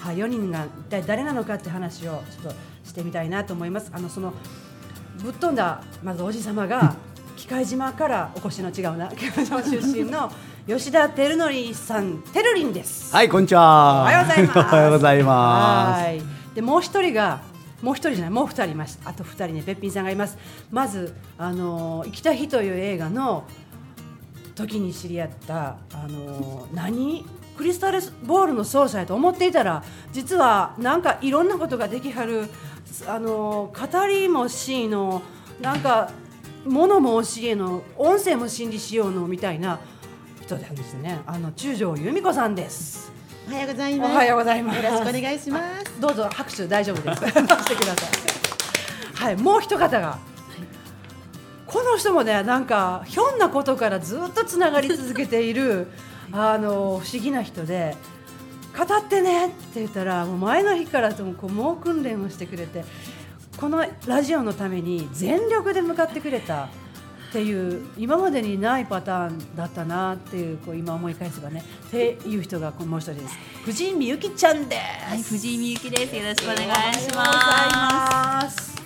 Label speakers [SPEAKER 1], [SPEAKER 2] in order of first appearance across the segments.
[SPEAKER 1] はい、4人が一体誰なのかって話をちょっとしてみたいなと思います。あのそのぶっ飛んだまずおじ様が機械島からお越しの違うな 機械島出身の吉田照則さんてるりんです。
[SPEAKER 2] はい、こんにちは。
[SPEAKER 1] おはようございます。
[SPEAKER 2] おはようございます。
[SPEAKER 1] はい。でもう一人がもう一人じゃないもう二人います。あと二人ねべっぴんさんがいます。まずあのー生きた日という映画の時に知り合ったあのー何クリスタルボールの奏者やと思っていたら実はなんかいろんなことができはるあのー語りもしのなんか物も教えの音声も心理しようのみたいな人なんですねあの中条由美子さんです。
[SPEAKER 3] おはようございます。
[SPEAKER 1] おはようございます
[SPEAKER 3] よろしくお願いします。
[SPEAKER 1] どうぞ拍手大丈夫です。 してください。はい、もう一方が。この人もね、なんかひょんなことからずっとつながり続けている。あの不思議な人で。語ってねって言ったら、もう前の日からともこう猛訓練をしてくれて。このラジオのために全力で向かってくれた。っていう今までにないパターンだったなっていうこう今思い返せばねっていう人がこうもう一人です藤井美由紀ちゃんです、
[SPEAKER 4] はい、藤井美幸です。よろしくお願いし
[SPEAKER 1] お
[SPEAKER 4] ま
[SPEAKER 1] はようございます。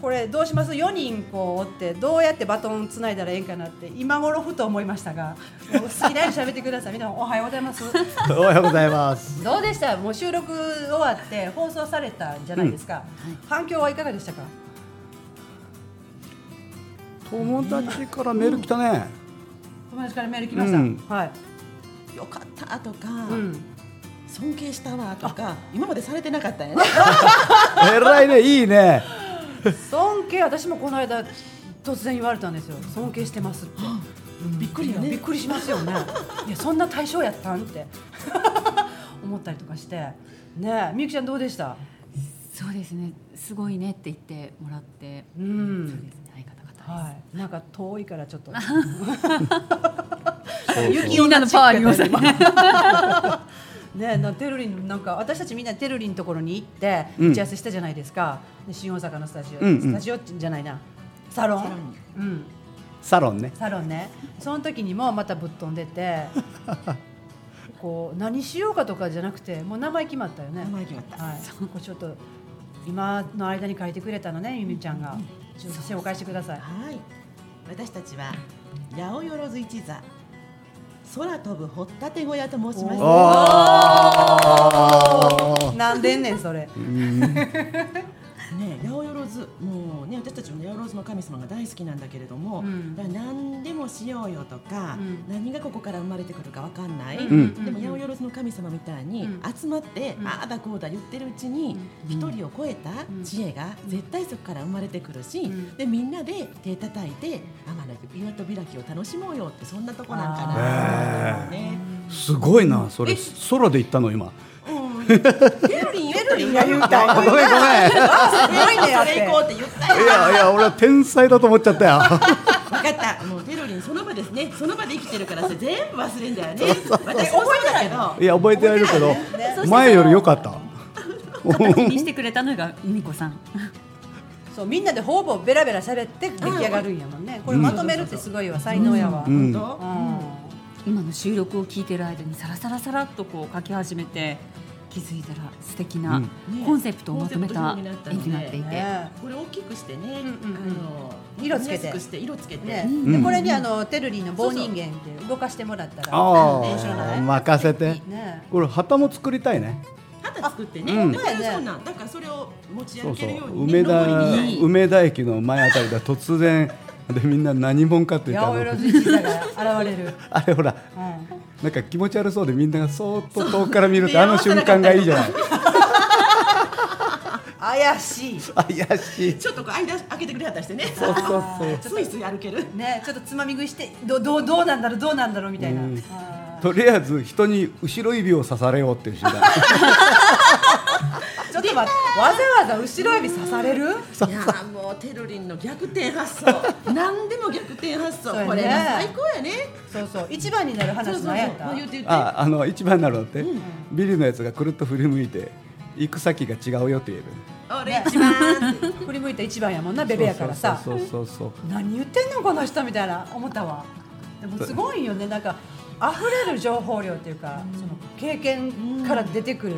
[SPEAKER 1] これどうします4人こうおってどうやってバトンつないだらええんかなって今頃ふと思いましたがもう好きなように喋ってくださいみんなおはようござい ます
[SPEAKER 2] おはようございます。
[SPEAKER 1] どうでしたもう収録終わって放送されたんじゃないですか、反響はいかがでしたか
[SPEAKER 2] 友達からメール来たね。
[SPEAKER 1] 友達からメール来ました、
[SPEAKER 2] うん
[SPEAKER 1] はい、
[SPEAKER 3] よかったとか、
[SPEAKER 1] うん、
[SPEAKER 3] 尊敬したわとか、今までされてなかった よね。
[SPEAKER 2] えらいね、いいね。
[SPEAKER 1] 尊敬私もこの間突然言われたんですよ尊敬してますって、うん
[SPEAKER 3] びっくりよね
[SPEAKER 1] いやびっくりしますよねいやそんな対象やったんって 思ったりとかしてねえみゆきちゃんどうでした
[SPEAKER 4] す。そうですね。すごいねって言ってもらって。
[SPEAKER 1] う
[SPEAKER 4] そうで
[SPEAKER 1] ん
[SPEAKER 4] すね。相方方です。
[SPEAKER 1] はい、なんか遠いからちょっと
[SPEAKER 4] みんなのパワーあり ますね。
[SPEAKER 1] ねえなテルリンなんか私たちみんなテルリンのところに行って
[SPEAKER 2] うん
[SPEAKER 1] 打ち合わせしたじゃないですか、で新大阪のスタジオ、
[SPEAKER 2] うんうん
[SPEAKER 1] スタジオじゃないなサロン
[SPEAKER 3] サロン
[SPEAKER 1] うん、
[SPEAKER 2] サロンね。
[SPEAKER 1] サロンねその時にもまたぶっ飛んでてこう何しようかとかじゃなくてもう名前決まったよね
[SPEAKER 3] 名前決まった
[SPEAKER 1] はい、こうちょっと今の間に書いてくれたのねゆみちゃんがちょっと紹介してください
[SPEAKER 3] はい。私たちは八百万一座空飛ぶ掘ったて小屋と申しま
[SPEAKER 1] おー
[SPEAKER 3] す。は
[SPEAKER 2] おー
[SPEAKER 1] なんでんねんそれ
[SPEAKER 3] ね、八百万もうね私たちも八百万の神様が大好きなんだけれども、
[SPEAKER 1] うん
[SPEAKER 3] だから何でもしようよとか、
[SPEAKER 1] うん
[SPEAKER 3] 何がここから生まれてくるかわかんない。
[SPEAKER 2] ん
[SPEAKER 3] でも八百万の神様みたいに
[SPEAKER 1] うん
[SPEAKER 3] 集まって、
[SPEAKER 1] うん
[SPEAKER 3] ああだこうだ言ってるうちに
[SPEAKER 2] うん
[SPEAKER 3] 一、人を超えた知恵が絶対そこから生まれてくるし、
[SPEAKER 1] うん
[SPEAKER 3] でみんなで手叩いて天の岩と開きを楽しもうよってそんなとこなんか
[SPEAKER 2] あ
[SPEAKER 3] な
[SPEAKER 2] ー
[SPEAKER 3] と思うね。
[SPEAKER 2] すごいな、それ。
[SPEAKER 1] え
[SPEAKER 2] 空で行ったの、今。
[SPEAKER 3] うん、ペロリン言うとりんが言うた。
[SPEAKER 2] あごめん、ごめん。い
[SPEAKER 3] すごいね。
[SPEAKER 1] や
[SPEAKER 3] そ
[SPEAKER 1] って
[SPEAKER 3] れ行こうって言ったよ。
[SPEAKER 2] や、いや、俺は天才だと思っちゃったよ。
[SPEAKER 3] 分かった。もうペロリンその場ですね。その場で生きてるからさ全部忘れんだよね。私覚えてないけど。
[SPEAKER 2] いや、覚えてられるけど
[SPEAKER 1] ね
[SPEAKER 4] そ、う
[SPEAKER 2] 前より良かった。
[SPEAKER 4] 形にしてくれたのが由美子さん。
[SPEAKER 1] そうみんなでほぼベラベラ喋って出来上がるんやもんねこれまとめるってすごいわ才能やわ、う
[SPEAKER 2] うんん。
[SPEAKER 3] 本
[SPEAKER 4] 今の収録を聞いてる間にサラサラサラっとこう書き始めて気づいたら素敵な
[SPEAKER 2] うん
[SPEAKER 3] ね
[SPEAKER 4] コンセプトをまとめた
[SPEAKER 3] コンセプト
[SPEAKER 4] 絵になって
[SPEAKER 3] 表
[SPEAKER 4] い
[SPEAKER 3] に
[SPEAKER 4] て。
[SPEAKER 1] ね
[SPEAKER 3] 当これ大きくしてね。
[SPEAKER 1] うんうんうん
[SPEAKER 3] あの
[SPEAKER 1] 色つけて
[SPEAKER 3] 見やすくして色つけて。
[SPEAKER 1] ね
[SPEAKER 2] ん
[SPEAKER 1] でこれにあのテルリーの棒人間って動かしてもらったら
[SPEAKER 2] あ
[SPEAKER 1] 面白な
[SPEAKER 2] あ、
[SPEAKER 1] い
[SPEAKER 2] 任せて。
[SPEAKER 1] ね
[SPEAKER 2] これ旗も作りたいね。
[SPEAKER 3] 旗作って
[SPEAKER 2] う
[SPEAKER 3] ね。
[SPEAKER 2] ん
[SPEAKER 3] だからそうなん。だからそれを持ち
[SPEAKER 2] そ
[SPEAKER 3] 歩
[SPEAKER 2] うそ
[SPEAKER 3] け
[SPEAKER 2] う
[SPEAKER 3] るようにね。
[SPEAKER 2] 梅田
[SPEAKER 3] 登りにね
[SPEAKER 2] 梅田駅の前あたりで突然でみんな何者かって
[SPEAKER 1] 八百
[SPEAKER 2] 言ったら
[SPEAKER 1] 万一座が現れる、
[SPEAKER 2] あれほら
[SPEAKER 1] うん
[SPEAKER 2] なんか気持ち悪そうでみんながそーっと遠くから見る
[SPEAKER 3] そ
[SPEAKER 2] と
[SPEAKER 3] う
[SPEAKER 2] あの瞬間がいいじゃない
[SPEAKER 1] 怪しい
[SPEAKER 2] 怪しい
[SPEAKER 3] ちょっとこう間開けてくれはったりしてね。
[SPEAKER 2] そうそうそう
[SPEAKER 3] スイスイ歩ける。
[SPEAKER 1] ねちょっとつまみ食いしてどどうどうなんだろうどうなんだろうみたいな、
[SPEAKER 2] うん
[SPEAKER 1] あ
[SPEAKER 2] とりあえず人に後ろ指を刺されようっていう瞬間
[SPEAKER 1] ーちょっと待ってわざわざ後ろ指刺される
[SPEAKER 3] いやーもうテルリンの逆転発想何でも逆転発
[SPEAKER 1] そうや
[SPEAKER 3] 想
[SPEAKER 1] ね
[SPEAKER 3] これが最高やね
[SPEAKER 1] そうそう一番になる
[SPEAKER 3] そうそ
[SPEAKER 1] 話
[SPEAKER 3] うそう
[SPEAKER 1] なんやった
[SPEAKER 3] まあ言うて言うて
[SPEAKER 2] ああの一番なのってビリのやつがくるっと振り向いて行く先が違うよって言える
[SPEAKER 3] 俺一番って
[SPEAKER 1] 振り向いた一番やもんなベベやからさ
[SPEAKER 2] そうそうそうそう
[SPEAKER 1] 何言ってんのこの人みたいな思ったわでもすごいよねなんか溢れる情報量っていうか、その経験から出てくる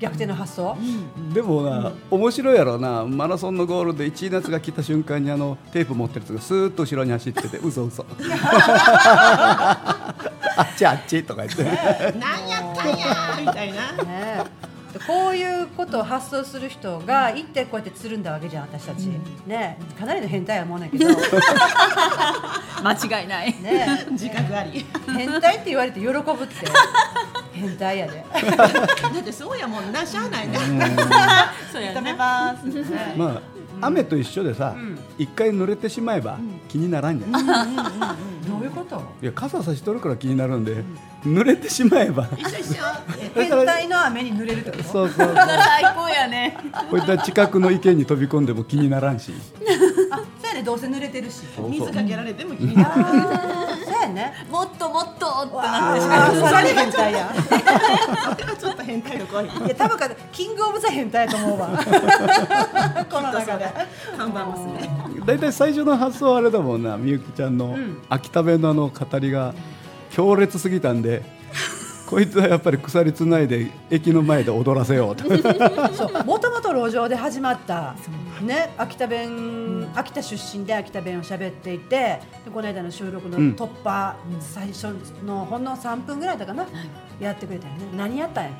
[SPEAKER 1] 逆転の発想、
[SPEAKER 2] でもな、面白いやろなマラソンのゴールで1位のやつが来た瞬間にあのテープ持ってるやつがスーッと後ろに走ってて嘘 嘘あっちあっちとか言って
[SPEAKER 3] なんやったんやみたいな。
[SPEAKER 1] ねえこういうことを発想する人が行ってこうやってつるんだわけじゃん私たち、ねえかなりの変態やもんやけどね
[SPEAKER 4] 間違いない
[SPEAKER 1] え
[SPEAKER 3] 自覚あり。
[SPEAKER 1] 変態って言われて喜ぶって変態やで
[SPEAKER 3] だってそうやもんな、しゃあないな。
[SPEAKER 4] そうや
[SPEAKER 3] 認め
[SPEAKER 4] ね
[SPEAKER 3] ます。
[SPEAKER 2] まあ雨と一緒でさ
[SPEAKER 1] ん
[SPEAKER 2] 一、回濡れてしまえば気にならんじゃん、い
[SPEAKER 1] どういうこと
[SPEAKER 2] や傘差しとるから気になるんで、濡れてしまえば
[SPEAKER 3] 一緒一緒。
[SPEAKER 1] 変態の雨に濡れるってこと
[SPEAKER 2] そうそう
[SPEAKER 4] 最高やね
[SPEAKER 2] こういった近くの池に飛び込んでも気にならんし
[SPEAKER 1] あそうやねどうせ濡れてる し
[SPEAKER 2] そうそう
[SPEAKER 3] 水かけられても気になる。
[SPEAKER 1] あーそうやね
[SPEAKER 4] もっともっとってなってしま
[SPEAKER 1] あーさらに変態や
[SPEAKER 3] それはちょっと変態の声。
[SPEAKER 1] いや多分かキングオブザ変態やと思 うわこの中で
[SPEAKER 3] 看板娘。
[SPEAKER 2] 大体最初の発想はあれだもんなみゆきちゃんの
[SPEAKER 1] ん
[SPEAKER 2] 秋田弁のあの語りが強烈すぎたん でこいつはやっぱり鎖つないで駅の前で踊らせようと
[SPEAKER 1] そうもともと路上で始まった、ね、秋田弁秋田出身で秋田弁を喋っていてでこの間の収録の
[SPEAKER 2] ん
[SPEAKER 1] 突破、最初のほんの3分ぐらいだったかな、やってくれたよね何やったんやっ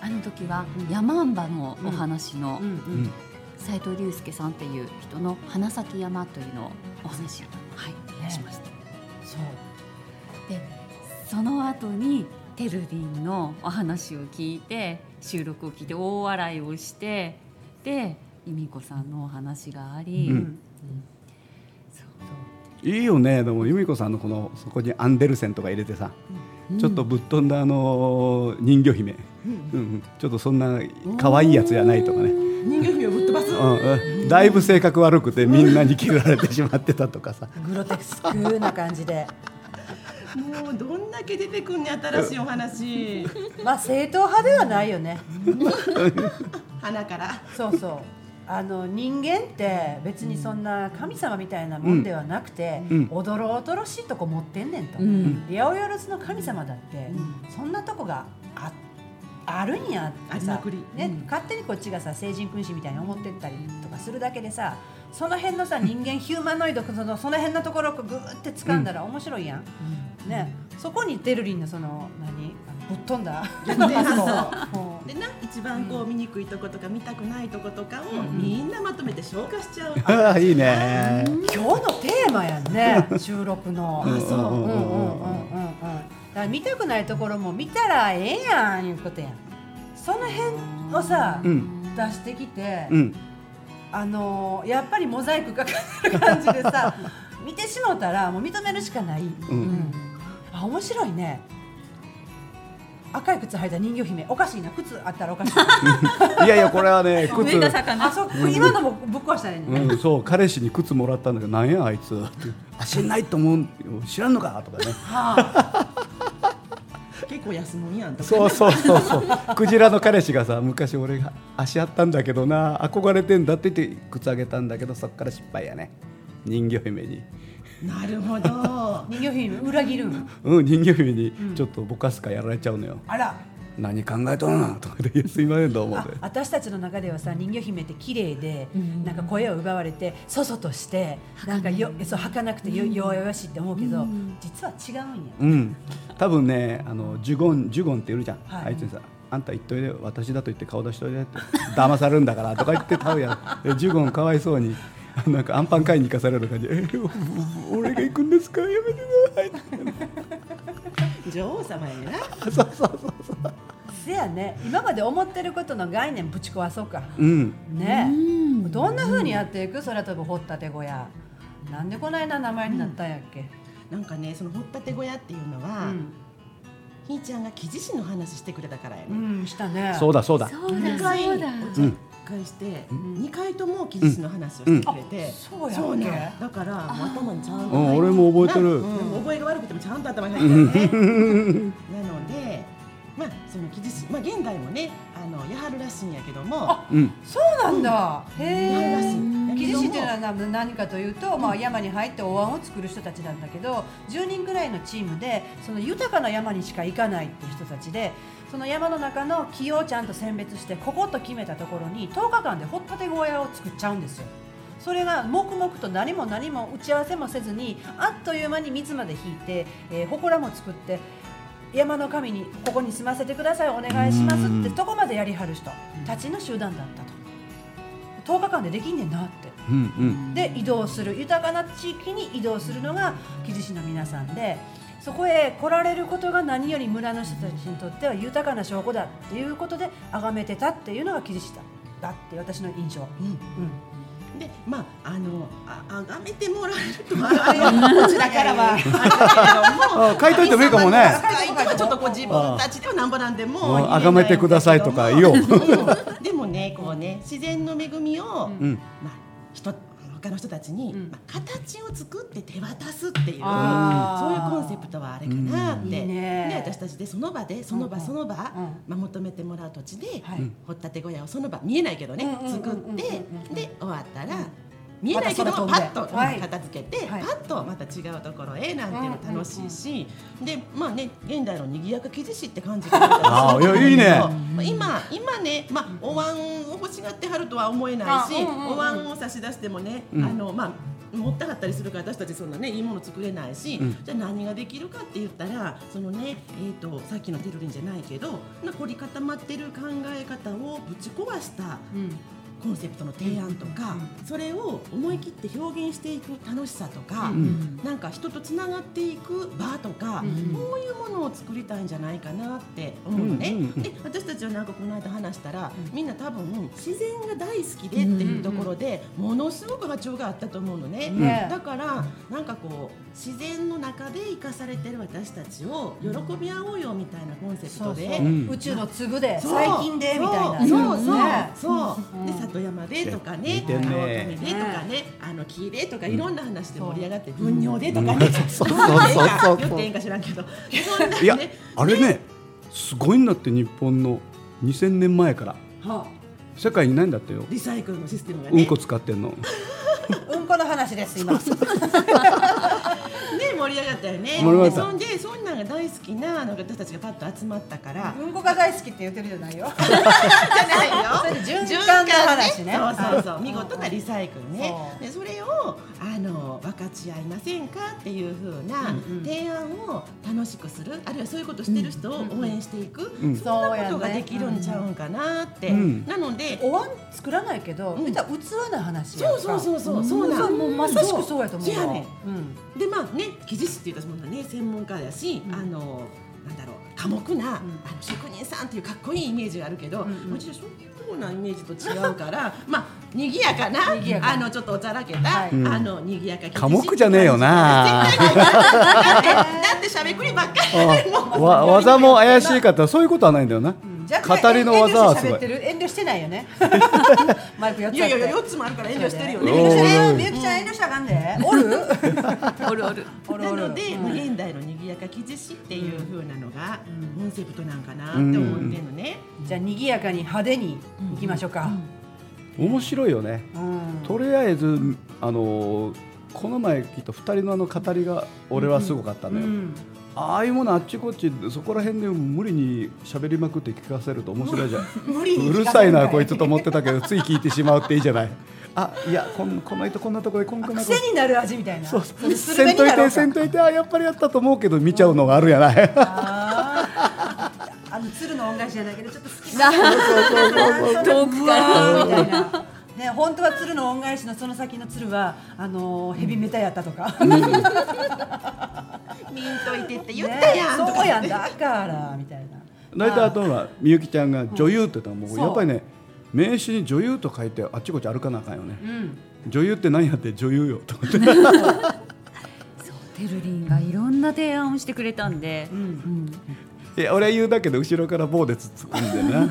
[SPEAKER 1] け、
[SPEAKER 4] あの時は山んばのお話の
[SPEAKER 1] うんうん
[SPEAKER 4] 斉藤隆介さんっていう人の花咲山というのをお話をはいしました
[SPEAKER 1] そう
[SPEAKER 4] でその後にテルリンのお話を聞いて収録を聞いて大笑いをしてで由美子さんのお話があり、
[SPEAKER 2] うん
[SPEAKER 4] そう
[SPEAKER 2] いいよねでも由美子さんのこのそこにアンデルセンとか入れてさ、ちょっとぶっ飛んだあの人魚姫、うんうんちょっとそんな可愛いやつじゃないとかね、うん
[SPEAKER 3] 人間味をぶっ飛ばす。
[SPEAKER 2] うん、だいぶ性格悪くてみんなに嫌われてしまってたとかさ
[SPEAKER 1] グロテクスクな感じで
[SPEAKER 3] もうどんだけ出てくんねん新しいお話。
[SPEAKER 1] まあ正統派ではないよね
[SPEAKER 3] 花から。
[SPEAKER 1] そうそうあの人間って別にそんな神様みたいなもんではなくて、
[SPEAKER 2] うん
[SPEAKER 1] おどろおどろしいとこ持ってんねんと、
[SPEAKER 4] うん
[SPEAKER 1] 八百万の神様だって、そんなとこがああるんやって
[SPEAKER 3] ありま
[SPEAKER 1] さ
[SPEAKER 3] くり、
[SPEAKER 1] ね
[SPEAKER 3] うん
[SPEAKER 1] 勝手にこっちがさ聖人君子みたいに思ってったりとかするだけでさその辺のさ人間ヒューマノイドそのその辺のところをこうグーって掴んだら面白いやん、ね、そこにテルリンのその何あのぶっ飛んだ
[SPEAKER 3] 逆転発想
[SPEAKER 1] もう
[SPEAKER 3] でな一番こう見にくいとことか見たくないとことかをみんなまとめて消化しちゃう。
[SPEAKER 2] ああいいね
[SPEAKER 1] 今日のテーマやん ね収録の
[SPEAKER 2] あそ
[SPEAKER 1] う
[SPEAKER 2] う
[SPEAKER 1] んうんうんうんうんだから見たくないところも見たらええやんいうことやんその辺をさ、
[SPEAKER 2] うん
[SPEAKER 1] 出してきて、
[SPEAKER 2] うん
[SPEAKER 1] あのーやっぱりモザイクかかってる感じで さ見てしもたらもう認めるしかない、うんあ面白いね赤い靴履いた人形姫おかしいな靴あったらお かしい
[SPEAKER 2] いやいやこれは ね靴
[SPEAKER 4] 上が魚
[SPEAKER 1] あそう今のもぶっ壊したね、
[SPEAKER 2] うん、そう彼氏に靴もらったんだけどなんやあいつってあ知んないと思う知らんのかとかね
[SPEAKER 3] 結構安物やんとか。
[SPEAKER 2] そうそうそうそうクジラの彼氏がさ昔俺が足あったんだけどな憧れてんだって言って靴あげたんだけどそっから失敗やね人魚姫に
[SPEAKER 3] なるほど。
[SPEAKER 1] 人形姫裏切るん
[SPEAKER 2] うん人魚姫にちょっとぼかすかやられちゃうのよ、
[SPEAKER 1] あら
[SPEAKER 2] 何考えとるなとかで「いやすいませんどうも」
[SPEAKER 1] あ
[SPEAKER 2] で
[SPEAKER 1] 私たちの中ではさ人魚姫って綺麗で、なんか声を奪われてそそとしてなんかよそう儚くてよ弱々しいって思うけど、実は違うんや、
[SPEAKER 2] うん多分ねあのジュゴンジュゴンっているじゃん、
[SPEAKER 1] はい
[SPEAKER 2] あいつにさ「あんた言っといで私だと言って顔出しといで」って「騙されるんだから」とか言ってたうやんでジュゴンかわいそうになんかアンパン買いに行かされる感じ「えお俺が行くんですかやめてください」
[SPEAKER 3] 女王様やな。
[SPEAKER 1] せやね今まで思ってることの概念ぶち壊そうか
[SPEAKER 2] うん
[SPEAKER 1] ねえどんな風にやっていく空飛ぶ掘ったて小屋なんでこないだ名前になったんやっけ、
[SPEAKER 3] なんかねその掘ったて小屋っていうの
[SPEAKER 1] う
[SPEAKER 3] は、
[SPEAKER 1] ん
[SPEAKER 3] ひーちゃんが木地師の話してくれたからやね。
[SPEAKER 1] うん、したね
[SPEAKER 2] そうだそうだ
[SPEAKER 4] そう
[SPEAKER 3] 2
[SPEAKER 4] だ
[SPEAKER 3] 回
[SPEAKER 4] そうだ
[SPEAKER 3] お茶会して、二回とも木地師の話をしてくれて、
[SPEAKER 1] うんうん
[SPEAKER 3] そ
[SPEAKER 1] そ
[SPEAKER 3] う
[SPEAKER 1] うやっ
[SPEAKER 3] ねだからもう頭にちゃんと
[SPEAKER 2] うん俺も覚えてる
[SPEAKER 3] なうん覚えが悪くてもちゃんと頭に入ってるね なのでまあその木地師まあ現代もねあのやはるらしいんやけども
[SPEAKER 2] うん
[SPEAKER 1] そうなんだ、へ
[SPEAKER 3] やはるらしい
[SPEAKER 1] え
[SPEAKER 3] んやけ
[SPEAKER 1] 霧
[SPEAKER 4] ど
[SPEAKER 1] 師
[SPEAKER 4] も
[SPEAKER 1] というのはな何かというと、まあ、山に入ってお椀を作る人たちなんだけど10人くらいのチームでその豊かな山にしか行かないっていう人たちでその山の中の木をちゃんと選別してここと決めたところに10日間で掘ったて小屋を作っちゃうんですよ。それが黙々と何も何も打ち合わせもせずにあっという間に水まで引いて、えー、祠も作って山の神にここに住ませてくださいお願いしますってとこまでやりはる人たちの集団だったと10日間でできんねんなって
[SPEAKER 2] うんうん
[SPEAKER 1] で移動する豊かな地域に移動するのが木津市の皆さんでそこへ来られることが何より村の人たちにとっては豊かな証拠だっていうことで崇めてたっていうのが木津市だだって私の印象、
[SPEAKER 3] うん
[SPEAKER 1] うん、
[SPEAKER 3] でまああのああがめてもらえるとはあ れはこちらからはあ
[SPEAKER 2] あ書いといてもいいかもね
[SPEAKER 3] 書いといてちょっとこう自分たちではなんぼなんでも
[SPEAKER 2] あ崇めてくださいとか言おう
[SPEAKER 3] うんでもねこうね自然の恵みを、
[SPEAKER 4] ん
[SPEAKER 2] うん
[SPEAKER 3] まあ人他の人たちに、
[SPEAKER 4] うん
[SPEAKER 3] まあ、形を作って手渡すっていう。
[SPEAKER 1] あ
[SPEAKER 3] そういう
[SPEAKER 1] ー
[SPEAKER 3] コンセプトはあれかなって、
[SPEAKER 1] うんいいね
[SPEAKER 3] で私たちでその場でその場
[SPEAKER 1] うんうん
[SPEAKER 3] その場、まあ、求めてもらう土地で、掘ったて小屋をその場見えないけどね、
[SPEAKER 1] うんうんうんうん
[SPEAKER 3] 作っ
[SPEAKER 1] うんうん
[SPEAKER 3] てで終わったら、見えないけど
[SPEAKER 1] また
[SPEAKER 3] も
[SPEAKER 1] 空
[SPEAKER 3] パ
[SPEAKER 1] 飛ん
[SPEAKER 3] ッ
[SPEAKER 1] で
[SPEAKER 3] と
[SPEAKER 1] はい
[SPEAKER 3] 片付けて、
[SPEAKER 1] はい
[SPEAKER 3] パッとまた違うところへなんていうの楽しいし、でまあね現代の賑やか記事誌って感じが
[SPEAKER 2] あーいやいいね
[SPEAKER 3] 今今ね、まあ、お椀を欲しがってはるとは思えないし、
[SPEAKER 1] あうんうんうん
[SPEAKER 3] お椀を差し出してもね、
[SPEAKER 2] うん
[SPEAKER 3] あのまあ持ってはったりするから私たちそんなねいいもの作れないし、
[SPEAKER 2] うん
[SPEAKER 3] じゃあ何ができるかって言ったらそのねえっ、とさっきのテルリンじゃないけどな凝り固まってる考え方をぶち壊した
[SPEAKER 1] うん
[SPEAKER 3] コンセプトの提案とか、それを思い切って表現していく楽しさとか、
[SPEAKER 2] ん
[SPEAKER 3] なんか人とつながっていく場とか、
[SPEAKER 4] うん
[SPEAKER 3] こういうものを作りたいんじゃないかなって思うのね、
[SPEAKER 2] うんうんうん
[SPEAKER 3] で私たちはなんかこの間話したら、みんな多分自然が大好きでっていうところで、ものすごく波長があったと思うのね、
[SPEAKER 1] ね
[SPEAKER 3] だからなんかこう自然の中で生かされてる私たちを喜び合おうよみたいなコンセプ
[SPEAKER 1] そう
[SPEAKER 3] ト
[SPEAKER 1] そ
[SPEAKER 3] で。
[SPEAKER 1] う、
[SPEAKER 2] ん
[SPEAKER 1] 宇宙の粒で
[SPEAKER 3] そう
[SPEAKER 1] 最近でみたいな
[SPEAKER 3] そうそうそう,、
[SPEAKER 1] ね
[SPEAKER 3] そう
[SPEAKER 1] うん
[SPEAKER 3] で里山でとかね
[SPEAKER 2] 似てんね
[SPEAKER 3] 青髪でとかねあの木でとかいろんな話で盛り上がって分尿でとかね、
[SPEAKER 2] そう
[SPEAKER 3] どんな
[SPEAKER 2] そ
[SPEAKER 3] 絵か
[SPEAKER 2] うそうそうそう
[SPEAKER 3] 言っていいんか知らんけどそんない
[SPEAKER 2] や
[SPEAKER 3] ね
[SPEAKER 2] あれねすごいんだって日本の2000年前から
[SPEAKER 1] は
[SPEAKER 2] 世界にないんだってよ
[SPEAKER 3] リサイクルのシステムが
[SPEAKER 2] う
[SPEAKER 3] ね,、
[SPEAKER 2] んこ使ってんの
[SPEAKER 1] あうんこの話です今
[SPEAKER 3] ね盛り上がったよね
[SPEAKER 2] 盛り上がった
[SPEAKER 3] でそんでそんなんが大好きなのが私たちがパッと集まったから、
[SPEAKER 1] うんこが大好きって言ってるじゃないよ
[SPEAKER 3] じゃないよ
[SPEAKER 1] それ循環の話ね
[SPEAKER 3] 循環そうそうそううん見事なリサイクルね
[SPEAKER 1] そ
[SPEAKER 3] でそれをあの分かち合いませんかっていうふうな
[SPEAKER 1] うんうん
[SPEAKER 3] 提案を楽しくするあるいはそういうことしてる人を応援していく、
[SPEAKER 2] うん
[SPEAKER 3] そんなことができるんちゃうんかなって、
[SPEAKER 2] うん
[SPEAKER 3] なので、
[SPEAKER 1] お椀作らないけど、
[SPEAKER 3] うん
[SPEAKER 1] 見たら器の話やん
[SPEAKER 3] そ
[SPEAKER 1] か
[SPEAKER 3] うそうそうそう
[SPEAKER 1] そ
[SPEAKER 3] そうな
[SPEAKER 1] うんもうまさしくそうやと思うわ
[SPEAKER 3] そうやねん
[SPEAKER 1] うん
[SPEAKER 3] でまあね技術っていうかそんなね専門家だし、
[SPEAKER 1] うん
[SPEAKER 3] あのなんだろう寡黙な、あの職人さんっていうかっこいいイメージがあるけど、
[SPEAKER 1] うんうん
[SPEAKER 3] もちろんそういうようなイメージと違うから まあ賑やかな
[SPEAKER 1] 賑やか
[SPEAKER 3] あのちょっとおちゃらけた、
[SPEAKER 1] はい
[SPEAKER 2] うん
[SPEAKER 3] あの賑やか
[SPEAKER 2] 寡黙じゃねえよな
[SPEAKER 3] だってだってしゃべくりばっか り
[SPEAKER 2] あわ技も怪しいかったらそういうことはないんだよな語りの技はすご
[SPEAKER 1] 遠慮して喋っ
[SPEAKER 2] い
[SPEAKER 1] てる遠慮してないよねマイク4つあっ
[SPEAKER 3] い
[SPEAKER 1] て
[SPEAKER 3] やいやいや四つもあるから遠慮してるよ
[SPEAKER 1] 遠慮して
[SPEAKER 3] ね。
[SPEAKER 1] る
[SPEAKER 2] う
[SPEAKER 1] よ
[SPEAKER 2] ん
[SPEAKER 1] みゆきちゃん遠慮したらあかんでおる
[SPEAKER 4] おるおる
[SPEAKER 1] おる
[SPEAKER 3] な
[SPEAKER 1] おる
[SPEAKER 3] ので、
[SPEAKER 1] うん
[SPEAKER 3] まあ現代の賑やか記事誌っていう風なのが
[SPEAKER 1] う
[SPEAKER 3] コンセプトなんかなって思ってるのね。
[SPEAKER 1] じゃあ賑やかに派手に行きましょうか
[SPEAKER 2] 面白いよね
[SPEAKER 1] うん
[SPEAKER 2] とりあえずあのーこの前聞いた2人のあの語りが俺はすごかった
[SPEAKER 1] う
[SPEAKER 2] のよ、
[SPEAKER 1] ん
[SPEAKER 2] ああいうものあっちこっちそこら辺で無理に喋りまくって聞かせると面白 いじゃん
[SPEAKER 1] 無理に
[SPEAKER 2] う
[SPEAKER 1] 聞
[SPEAKER 2] る
[SPEAKER 1] か
[SPEAKER 2] さ
[SPEAKER 1] せ
[SPEAKER 2] い
[SPEAKER 1] んか
[SPEAKER 2] なこいつと思ってたけどつい聞いてしまうっていいじゃないあいやこんこの人こんなとこでこんなとこ
[SPEAKER 1] 癖になる味みたいな
[SPEAKER 2] そうそう
[SPEAKER 1] ス
[SPEAKER 2] せんといてせん
[SPEAKER 1] ん
[SPEAKER 2] といてあやっぱりやったと思うけど見ちゃうのがあるや ない
[SPEAKER 1] あーあの鶴の恩返しじゃないけどちょっと好き
[SPEAKER 4] 遠くから
[SPEAKER 1] わーみたいな。ね、本当は鶴の恩返しのその先の鶴はあのーヘビメタやったとか、
[SPEAKER 3] 見んといてって言
[SPEAKER 1] ね
[SPEAKER 3] ったやんとか。
[SPEAKER 1] そうやんだからみたいな
[SPEAKER 2] 大体あとはみゆきちゃんが女優って言ったらも
[SPEAKER 1] そうう
[SPEAKER 2] やっぱりね名刺に女優と書いてあっちこっち歩かなあかんよね
[SPEAKER 1] うん
[SPEAKER 2] 女優って何やって女優よとかって
[SPEAKER 4] そうてるりんがいろんな提案をしてくれたんで、
[SPEAKER 1] うん
[SPEAKER 4] うん
[SPEAKER 2] いや俺は言うだけど後ろから棒でつつくんで な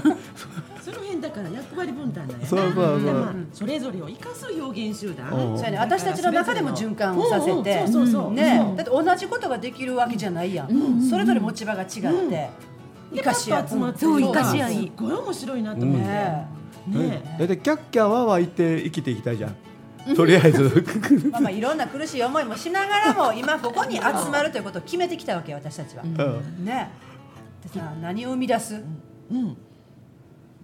[SPEAKER 3] その辺だから役割分担だよね。
[SPEAKER 2] そうそうそう
[SPEAKER 3] でまあそれぞれを生かす表現集団。
[SPEAKER 2] うん
[SPEAKER 1] そうやね、私たちの中でも循環をさせて、
[SPEAKER 3] うんうんそうそうそう
[SPEAKER 1] ね
[SPEAKER 3] そう
[SPEAKER 1] だって同じことができるわけじゃないやん、それぞれ持ち場が違って、生
[SPEAKER 3] で
[SPEAKER 1] かし合
[SPEAKER 3] パッと集まって
[SPEAKER 4] そう
[SPEAKER 3] るのが
[SPEAKER 4] 生かし合い
[SPEAKER 3] すっごい面白いなと思って。
[SPEAKER 1] ね
[SPEAKER 3] ね
[SPEAKER 2] 大体キャッキャワーワー言って生きていきたいじゃんとりあえず
[SPEAKER 1] まあまあいろんな苦しい思いもしながらも今ここに集まるということを決めてきたわけよ私たちは。
[SPEAKER 4] ん
[SPEAKER 2] うん
[SPEAKER 1] ねでさ何を生み出す
[SPEAKER 3] うん、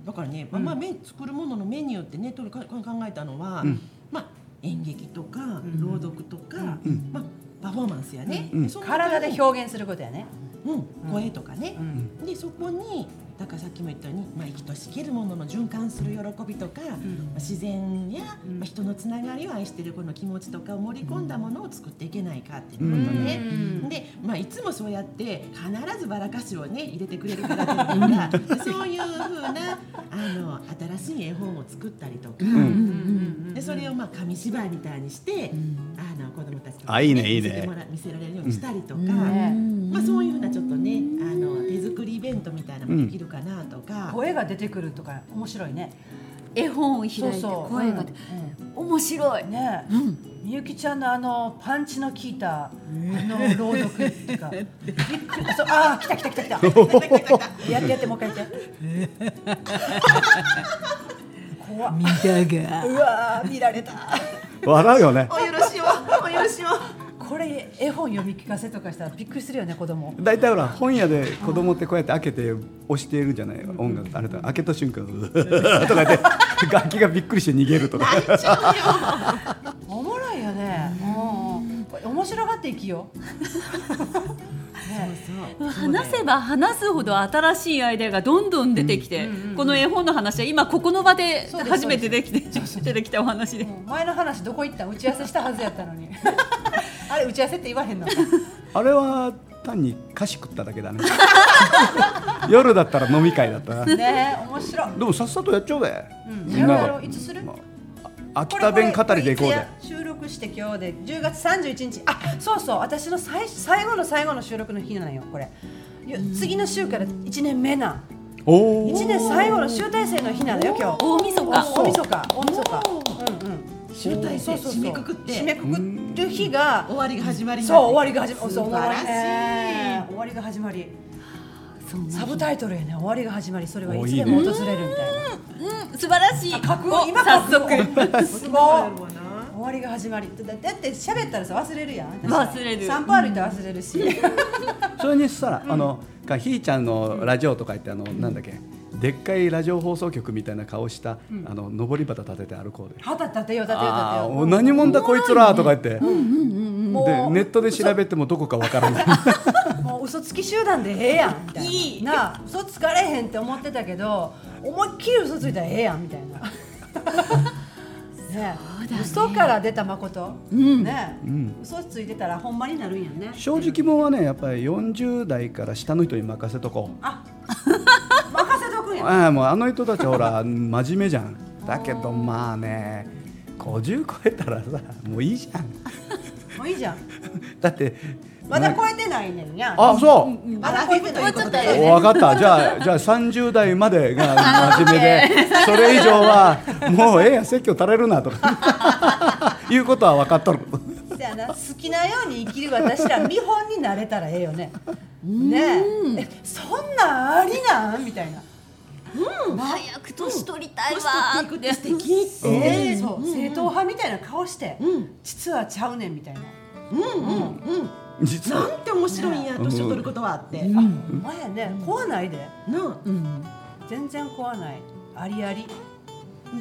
[SPEAKER 3] だからね、まあまあ、メ作るもののメニューってねとりか考えたのは、
[SPEAKER 2] ん
[SPEAKER 3] まあ、演劇とか朗読とか、
[SPEAKER 2] ん
[SPEAKER 3] まあ、パフォーマンスやね、
[SPEAKER 2] うん
[SPEAKER 3] その中に
[SPEAKER 1] 体で表現することやね。
[SPEAKER 3] うん、声とかね
[SPEAKER 1] う、ん
[SPEAKER 3] でそこにだからさっきも言ったように、まあ、生きとしきるものの循環する喜びとか、まあ自然や、まあ、人のつながりを愛してるこの気持ちとかを盛り込んだものを作っていけないかっていうことね。
[SPEAKER 4] うん
[SPEAKER 3] でまあ、いつもそうやって必ずバラ歌詞をね入れてくれるからというかそういうふうなあの新しい絵本を作ったりとか、
[SPEAKER 2] うん
[SPEAKER 3] でそれをまあ紙芝居みたいにして、あの子供たちとか
[SPEAKER 2] あいいねいいね
[SPEAKER 3] 見せてもら見せられるようにしたりとか、
[SPEAKER 1] ね
[SPEAKER 3] まあ、そういうふうなちょっとねあの手作りイベントみたいなのもできるかなとか、
[SPEAKER 1] 声が出てくるとか面白いね。
[SPEAKER 4] 絵本を開いて
[SPEAKER 1] そうそう
[SPEAKER 4] 声が出て、面白い
[SPEAKER 1] うんね
[SPEAKER 4] うん
[SPEAKER 1] みゆきちゃんのあのパンチの効いたあの朗読って いうか、びっくりそうああ来た来た来た来たやってやってもう一回やって 怖っ
[SPEAKER 5] 見たが
[SPEAKER 1] うわー見られた
[SPEAKER 2] 笑うよね
[SPEAKER 3] お許しをお許しを
[SPEAKER 1] これ絵本読み聞かせとかしたらびっくりするよね子供
[SPEAKER 2] 大体ほら本屋で子供ってこうやって開けて押しているじゃない音楽あれだ開けた瞬間とか言って楽器がびっくりして逃げ るとか
[SPEAKER 1] おもろいよねうんうんこれ面白がっていきよね
[SPEAKER 4] 話せば話すほど新しいアイデアがどんどん出てきて、この絵本の話は今ここの場で
[SPEAKER 1] そうです
[SPEAKER 4] 初めてできて出てきたお話で
[SPEAKER 1] もう前の話どこ行ったん打ち合わせしたはずやったの にあれ打ち合わせって言わへんの
[SPEAKER 2] あれは単に菓子食っただけだね 夜だったら飲み会だったなで
[SPEAKER 1] ね面白い、
[SPEAKER 2] もさっさとやっちゃおうぜ、
[SPEAKER 1] うん、
[SPEAKER 2] みん
[SPEAKER 1] や
[SPEAKER 2] な
[SPEAKER 1] ろう
[SPEAKER 2] が
[SPEAKER 1] やろういつする
[SPEAKER 2] まあ秋田弁語りでいこう
[SPEAKER 1] れ
[SPEAKER 2] ぜ
[SPEAKER 1] れつや収録して今日で10月31日あそうそう私の最最後の最後の収録の日なんよこれよ次の週から1年目なん
[SPEAKER 2] お
[SPEAKER 1] 1年最後の集大成の日なのよ今日
[SPEAKER 4] 大晦日
[SPEAKER 1] 大晦日大晦日うんうん
[SPEAKER 3] 集大成締めくくって
[SPEAKER 1] 締めくくる日が
[SPEAKER 3] 終わりが始まりにな
[SPEAKER 1] そう
[SPEAKER 3] って
[SPEAKER 1] 終わりが始まり
[SPEAKER 3] 素
[SPEAKER 1] そう
[SPEAKER 3] 晴らしい、
[SPEAKER 1] 終わりが始まり
[SPEAKER 4] そんな
[SPEAKER 1] サブタイトルやね終わりが始まりそれはいつでも訪れるみたいな
[SPEAKER 4] うん素晴らしい
[SPEAKER 1] 覚
[SPEAKER 4] お
[SPEAKER 1] 悟今
[SPEAKER 4] 早速
[SPEAKER 1] 覚悟 すごい
[SPEAKER 3] わな
[SPEAKER 1] 終わりが始まりだだって喋ったらさ忘れるやん
[SPEAKER 4] 忘れる
[SPEAKER 1] 散歩歩いたら忘れるし
[SPEAKER 2] それにしたら、あのかひーちゃんのラジオとか言ってあの、なんだっけでっかいラジオ放送局みたいな顔した、あの上り旗立てて歩こうで。
[SPEAKER 1] 旗立てよう立てよう立て
[SPEAKER 2] あ
[SPEAKER 1] よ
[SPEAKER 2] あ
[SPEAKER 1] う
[SPEAKER 2] ー何者だこいつらとか言って、
[SPEAKER 1] もう
[SPEAKER 2] でネットで調べてもどこかわからない
[SPEAKER 1] もう 嘘つき集団でええやんみたいない
[SPEAKER 4] い
[SPEAKER 1] なあ嘘つかれへんって思ってたけど思いっきり嘘ついたらええやんみたい なねえ嘘から出た誠、ねえ嘘ついてたらほんまになるんやんね
[SPEAKER 2] 正直者はねやっぱり40代から下の人に任せとこう
[SPEAKER 1] あ任せとくんや
[SPEAKER 2] ああもうあの人たち ほら真面目じゃんだけどまあね50超えたらさもういいじゃん
[SPEAKER 1] もういいじゃん
[SPEAKER 2] だって
[SPEAKER 1] まだ
[SPEAKER 2] なんか
[SPEAKER 1] 超えてないねんや
[SPEAKER 2] あそう、
[SPEAKER 1] まだ超えてない
[SPEAKER 4] もうちょっと
[SPEAKER 1] だ
[SPEAKER 4] だ
[SPEAKER 1] よ
[SPEAKER 4] よ
[SPEAKER 2] お分かったじゃあじゃあ30代までが真面目 でそれ以上はもうええや説教垂れるなと かいうことは分かっとる
[SPEAKER 1] そやな好きなように生きる私ら見本になれたらええよね。ねええそんなんありなんみたいな。
[SPEAKER 4] 早く年取りたいわ
[SPEAKER 3] 年
[SPEAKER 4] ーっ
[SPEAKER 3] 取ってていくって素敵って、
[SPEAKER 1] ええそう正統派みたいな顔して、実はちゃうねんみたいな。
[SPEAKER 2] 実は
[SPEAKER 3] なんて面白いんや年を取ることはって、
[SPEAKER 1] あ、ほんまやね怖ないで
[SPEAKER 3] な
[SPEAKER 1] 全然怖ないありあり。
[SPEAKER 3] あ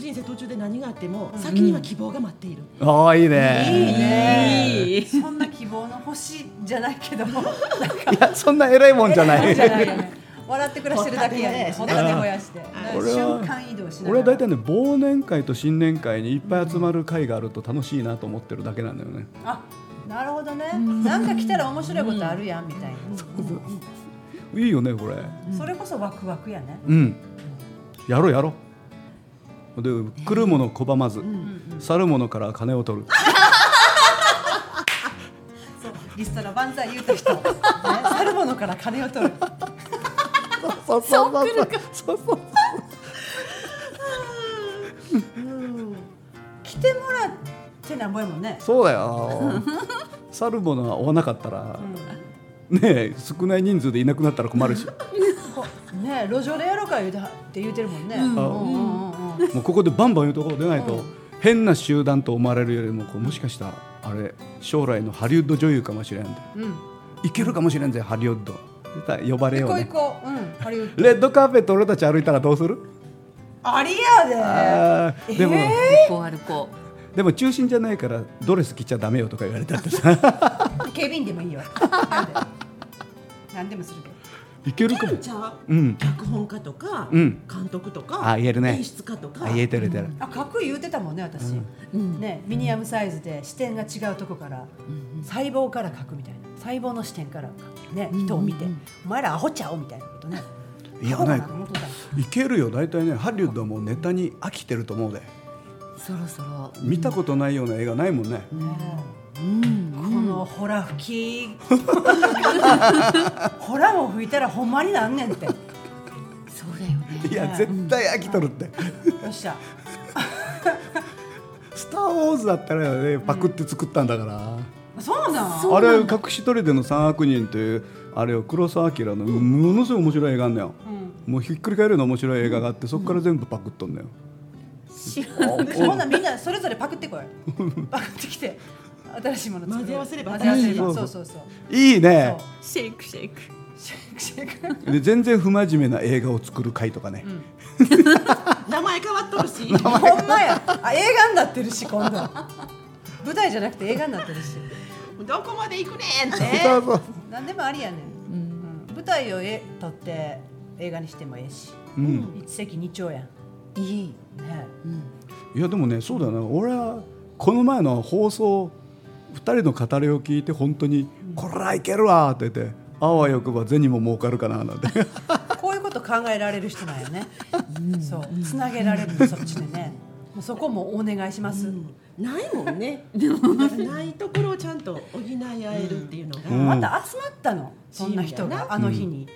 [SPEAKER 3] 人生途中で何があっても先には希望が待っている、
[SPEAKER 2] ああいい
[SPEAKER 1] いい
[SPEAKER 2] ね
[SPEAKER 1] ね。
[SPEAKER 4] いい
[SPEAKER 1] そんな希望の星じゃないけど。
[SPEAKER 2] いやそんな偉いもんじゃない
[SPEAKER 1] じゃないよね。笑って暮らしてるだけやね。ほ
[SPEAKER 3] ほ
[SPEAKER 1] っ
[SPEAKER 3] った
[SPEAKER 2] て
[SPEAKER 1] て
[SPEAKER 2] も
[SPEAKER 1] も
[SPEAKER 2] や
[SPEAKER 1] やして。
[SPEAKER 2] これは
[SPEAKER 1] 瞬間移動しな
[SPEAKER 2] 俺は
[SPEAKER 1] が
[SPEAKER 2] 大
[SPEAKER 1] ら。
[SPEAKER 2] 体ね忘年会と新年会にいっぱい集まる会があると楽しいなと思ってるだけなんだよね
[SPEAKER 1] あ、なるほどね。なんか来たら面白いことあるやんみたいな。
[SPEAKER 2] いいよねこれ
[SPEAKER 1] それこそワクワクやね。
[SPEAKER 2] うんやろうやろうで来るもの拒まず、去るものから金を 取る
[SPEAKER 1] そうリストラ万歳言うた 人、ね、去るものから金を取る。
[SPEAKER 2] そうそうそうそうそう
[SPEAKER 1] 来てもらってなんぼやもんね。
[SPEAKER 2] そうだ よ去るものは追わなかったら、ねえ少ない人数でいなくなったら困 るし
[SPEAKER 1] ね、路上でやろうか言うてはって言うてるもんね。うんんうんうんうん。
[SPEAKER 2] もうここでバンバン言うところ出ないと、変な集団と思われるよりもこうもしかしたらあれ将来のハリウッド女優かもしれんで
[SPEAKER 1] うん
[SPEAKER 2] いけるかもしれんぜハリウッド絶対呼ばれよ
[SPEAKER 1] 行
[SPEAKER 2] う
[SPEAKER 1] こう行こ
[SPEAKER 2] ね
[SPEAKER 1] う、うん、ハリウッド
[SPEAKER 2] レッドカーペット俺たち歩いたらどうする
[SPEAKER 1] ありや
[SPEAKER 2] あーでも、
[SPEAKER 4] 歩こう歩こ
[SPEAKER 2] でも中心じゃないからドレス着ちゃダメよとか言われたってさ
[SPEAKER 1] で警備員でもいいよ何でもするけど
[SPEAKER 2] いけるかも
[SPEAKER 3] じゃあ、
[SPEAKER 2] うん
[SPEAKER 3] 脚本家とか、
[SPEAKER 2] うん
[SPEAKER 3] 監督とか
[SPEAKER 2] あ言えるね
[SPEAKER 3] 演出家とか
[SPEAKER 2] あ言えてる言えてる
[SPEAKER 1] あかっこいい言うてたもんね私、
[SPEAKER 4] う。うん。
[SPEAKER 1] ねミニアムサイズで視点が違うとこから、細胞から描くみたいな細胞の視点から描くね
[SPEAKER 4] んうん
[SPEAKER 1] 人を見て、お前らアホちゃおみたいなことね
[SPEAKER 2] いや
[SPEAKER 1] アホか
[SPEAKER 2] ね
[SPEAKER 1] なと思ってた
[SPEAKER 2] いけるよ大体ねハリウッドはもうネタに飽きてると思うで
[SPEAKER 4] そろそろ。
[SPEAKER 2] 見たことないような映画ないもんね、
[SPEAKER 4] うん。
[SPEAKER 1] このほら吹きほらも吹いたらほんまになんねんってよ
[SPEAKER 4] そうだよね。
[SPEAKER 2] いや絶対飽きとるって、
[SPEAKER 1] っしゃ
[SPEAKER 2] スター・ウォーズだったらねパクって作ったんだから、
[SPEAKER 1] そうなん
[SPEAKER 4] そう
[SPEAKER 2] あれ
[SPEAKER 4] なんだ
[SPEAKER 2] 隠し撮りでの三悪人というあれを黒澤明のものすごい面白い映画あんだよ、もうひっくり返るような面白い映画があってそこから全部パクっとんだよ、
[SPEAKER 4] 知らない。
[SPEAKER 1] そんなみんなそれぞれパクってこいパクってきて新しいもの作る
[SPEAKER 3] 混ぜ合わせれば
[SPEAKER 1] 混ぜ合わせれば
[SPEAKER 2] うん
[SPEAKER 1] そうそうそう
[SPEAKER 2] いいね
[SPEAKER 4] シェイクシェイク。
[SPEAKER 1] シェイクシェイク
[SPEAKER 2] で全然不真面目な映画を作る回とかね、
[SPEAKER 3] 名前変わっと るし
[SPEAKER 1] ほんまやあ映画になってるし今度舞台じゃなくて映画になってるし
[SPEAKER 3] どこまで行くねんって
[SPEAKER 2] そうそう
[SPEAKER 1] 何でもありやねん、うん舞台をえ撮って映画にしてもええし、
[SPEAKER 2] うん
[SPEAKER 1] 一石二鳥やん
[SPEAKER 4] いい。
[SPEAKER 1] ね
[SPEAKER 2] いやでもねそうだよな俺はこの前の放送2人の語りを聞いて本当に「こらいけるわ」って言って「あわよくば銭も儲かるかな」なんて
[SPEAKER 1] こういうこと考えられる人なんよね、そうつなげられるそっちでねもうそこもお願いします、
[SPEAKER 3] ないもんねだからないところをちゃんと補い合えるっていうのが、
[SPEAKER 2] うん
[SPEAKER 1] また集まったのそんな人
[SPEAKER 3] チームや
[SPEAKER 1] があの日に、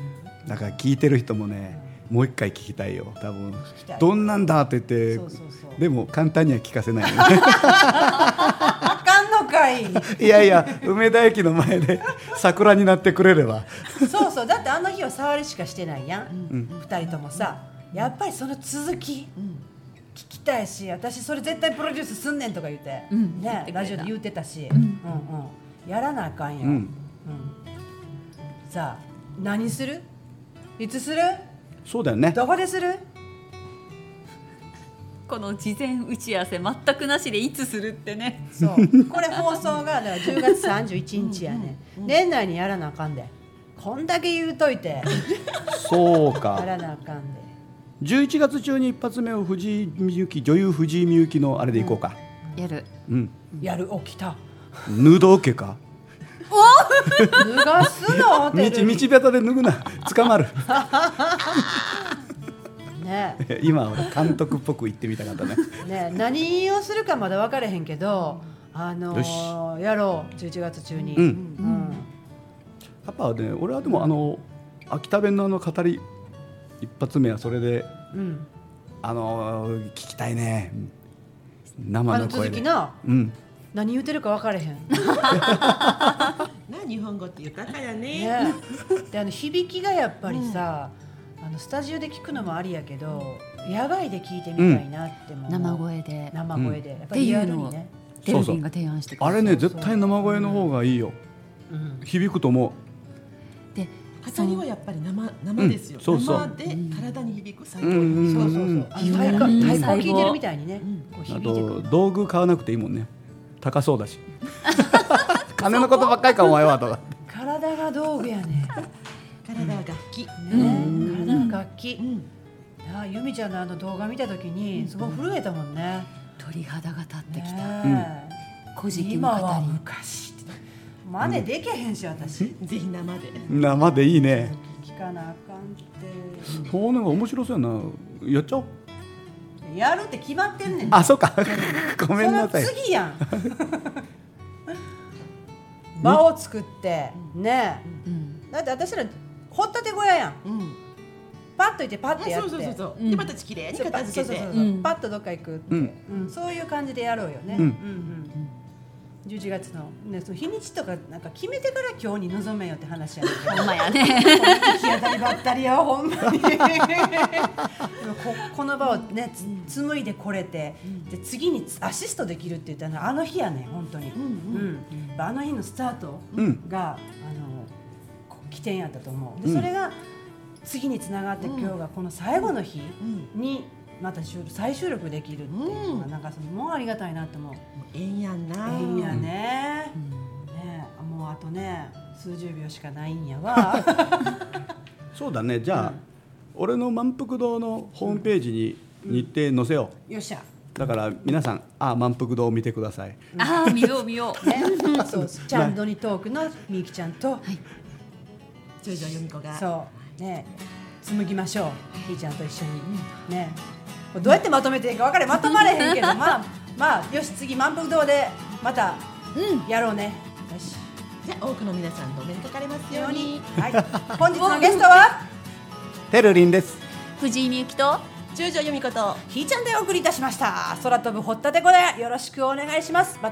[SPEAKER 2] だから聞いてる人もねもう一回聞きたいよ多分
[SPEAKER 1] きたい
[SPEAKER 2] どんなんだって言って
[SPEAKER 1] そうそうそう
[SPEAKER 2] でも簡単には聞かせない よね
[SPEAKER 1] あかんのかい
[SPEAKER 2] いやいや梅田駅の前で桜になってくれれば
[SPEAKER 1] そうそうだってあの日は触りしかしてないやん、二人ともさやっぱりその続き、聞きたいし私それ絶対プロデュースすんねんとか言って、
[SPEAKER 4] うん言っ
[SPEAKER 1] ね
[SPEAKER 4] てくれた
[SPEAKER 1] ラジオで言ってたし、うんうんやらなあかんよ、
[SPEAKER 2] うん
[SPEAKER 1] うんさあ何するいつする
[SPEAKER 2] そうだよね
[SPEAKER 1] どこでする
[SPEAKER 4] この事前打ち合わせ全くなしでいつするってね。
[SPEAKER 1] そうこれ放送がだから10月31日やね年内にやらなあかんでこんだけ言うといて や
[SPEAKER 2] そうから
[SPEAKER 1] なあかんで
[SPEAKER 2] 11月中に一発目を藤井みゆき女優藤井みゆきのあれでいこうか
[SPEAKER 4] やる。
[SPEAKER 2] うん、
[SPEAKER 1] やる起きた
[SPEAKER 2] ヌードオケか
[SPEAKER 1] 脱がすの ホ
[SPEAKER 2] 道
[SPEAKER 1] テルに
[SPEAKER 2] 道端で脱ぐな捕まる
[SPEAKER 1] ね
[SPEAKER 2] 今俺監督っぽく言ってみたかったね
[SPEAKER 1] ね何をするかまだ分かれへんけどあのーやろう11月中に、
[SPEAKER 2] うん
[SPEAKER 1] うん
[SPEAKER 2] パパはね俺はでもあの秋田弁のあの語り一発目はそれで
[SPEAKER 1] うん
[SPEAKER 2] あの聞きたいね生
[SPEAKER 1] あ
[SPEAKER 2] の
[SPEAKER 1] の
[SPEAKER 2] 声
[SPEAKER 1] 続
[SPEAKER 2] で
[SPEAKER 1] きな
[SPEAKER 2] うん
[SPEAKER 1] 何言うてるか分かれへん
[SPEAKER 3] な日本語って豊かやね
[SPEAKER 1] ね、であの響きがやっぱりさ、あのスタジオで聞くのもありやけど野外で聞いてみたいなっても、
[SPEAKER 4] 生声で。
[SPEAKER 1] 生声で、やっぱ
[SPEAKER 4] っ
[SPEAKER 1] り
[SPEAKER 4] て
[SPEAKER 1] リ
[SPEAKER 4] い
[SPEAKER 1] ア
[SPEAKER 4] う
[SPEAKER 1] ル
[SPEAKER 4] の
[SPEAKER 1] に
[SPEAKER 4] を
[SPEAKER 1] ね、
[SPEAKER 4] テルビンが提案してくれ
[SPEAKER 2] あ
[SPEAKER 4] た
[SPEAKER 2] れね絶対生声の方がいいよ
[SPEAKER 1] うん、
[SPEAKER 2] 響くと思
[SPEAKER 4] で、
[SPEAKER 3] 語りはやっぱり生生ですよ、
[SPEAKER 2] うんそうそう
[SPEAKER 3] 生で体に響く最
[SPEAKER 2] う
[SPEAKER 3] 高
[SPEAKER 2] う
[SPEAKER 3] だ、
[SPEAKER 2] んうん
[SPEAKER 1] そうそうそううんあの太鼓太
[SPEAKER 4] うん
[SPEAKER 1] 鼓を聞いてるみたいにね、こう
[SPEAKER 2] あ
[SPEAKER 1] 響いてく
[SPEAKER 2] と
[SPEAKER 1] る
[SPEAKER 2] 道具買わなくていいもんね高そうだし 金のことばっかりかお前はとか
[SPEAKER 1] 体が道具やね
[SPEAKER 3] 体は楽器、
[SPEAKER 1] ね体が楽器、
[SPEAKER 3] うん
[SPEAKER 1] なあ由美ちゃんのあの動画見た時にすごい震えたもんね、
[SPEAKER 4] 鳥肌が立ってきた。
[SPEAKER 1] ねえ
[SPEAKER 4] 古事記の
[SPEAKER 1] 今
[SPEAKER 4] 語
[SPEAKER 1] は
[SPEAKER 4] り。
[SPEAKER 1] 昔って真似できへんし私
[SPEAKER 3] ぜひ生で
[SPEAKER 2] 生でいいね
[SPEAKER 1] 聞かなあかんって。
[SPEAKER 2] そうなんか面白そうやなやっちゃおう
[SPEAKER 1] やるって決まってんねん。
[SPEAKER 2] あ、そうか。 ごめんな
[SPEAKER 1] そ
[SPEAKER 2] さい
[SPEAKER 1] の。次や ん。場を作って、ね
[SPEAKER 4] うん。
[SPEAKER 1] え。だって私ら、掘ったて小屋やん。
[SPEAKER 3] うん
[SPEAKER 1] パッといて、パッとや
[SPEAKER 3] あ
[SPEAKER 1] っ
[SPEAKER 3] そ
[SPEAKER 1] て。
[SPEAKER 3] うそうそうそう、
[SPEAKER 4] うん
[SPEAKER 3] でまたきれいに
[SPEAKER 1] そうパ
[SPEAKER 3] 片
[SPEAKER 1] ッ
[SPEAKER 3] 付
[SPEAKER 1] そう
[SPEAKER 3] け
[SPEAKER 1] そう
[SPEAKER 3] て
[SPEAKER 1] そう
[SPEAKER 4] うん
[SPEAKER 1] パッとどっか行くって、
[SPEAKER 2] うん
[SPEAKER 1] うんそういう感じでやろうよね、
[SPEAKER 2] う
[SPEAKER 1] うん
[SPEAKER 2] ん
[SPEAKER 1] うん11月の,、ね、その日にちとかなんか決めてから今日に臨めよって話やねんけど
[SPEAKER 4] ほんまやね
[SPEAKER 1] 行き当たりばったりやほんまに でもここの場をねつ紡いでこれて、で次にアシストできるって言ったのはあの日やね本当に、うんあの日のスタートが、
[SPEAKER 2] うん
[SPEAKER 1] あのこ起点やったと思うで
[SPEAKER 2] うん
[SPEAKER 1] それが次につながって、今日がこの最後の日にまた収録再収録できるっていうのが、
[SPEAKER 3] うん
[SPEAKER 1] なんかそのもうありがたいなと思う。
[SPEAKER 3] ええんやんな。
[SPEAKER 1] いいんやね、ねもうあとね数十秒しかないんやわ。
[SPEAKER 2] そうだねじゃあ、俺の満腹堂のホームページに日程載せよ
[SPEAKER 1] よっしゃ。
[SPEAKER 2] うだから皆さん「ああ満腹堂」を見てください
[SPEAKER 4] ああ見よう見よう
[SPEAKER 1] ね、そう、ちゃんとにトークのみゆきちゃんと、
[SPEAKER 3] ジョジョ由美子が。
[SPEAKER 1] そう、ね、紡ぎましょう、ひーちゃんと一緒に。ね、これどうやってまとめていいか分かれ、まとまれへん けど、まあ、まあ、よし、次満腹堂で、また、やろうね。よし、
[SPEAKER 3] じゃあ多くの皆さんとお目にかかれますよ
[SPEAKER 1] よ
[SPEAKER 3] う
[SPEAKER 1] う
[SPEAKER 3] に
[SPEAKER 1] に。。はい、本日のゲストは、
[SPEAKER 2] てるりんです
[SPEAKER 4] 藤井みゆきと
[SPEAKER 3] 中条由美子と。
[SPEAKER 1] ひーちゃんでお送りいたしました。空飛ぶホッタテコで、よろしくお願いします。ま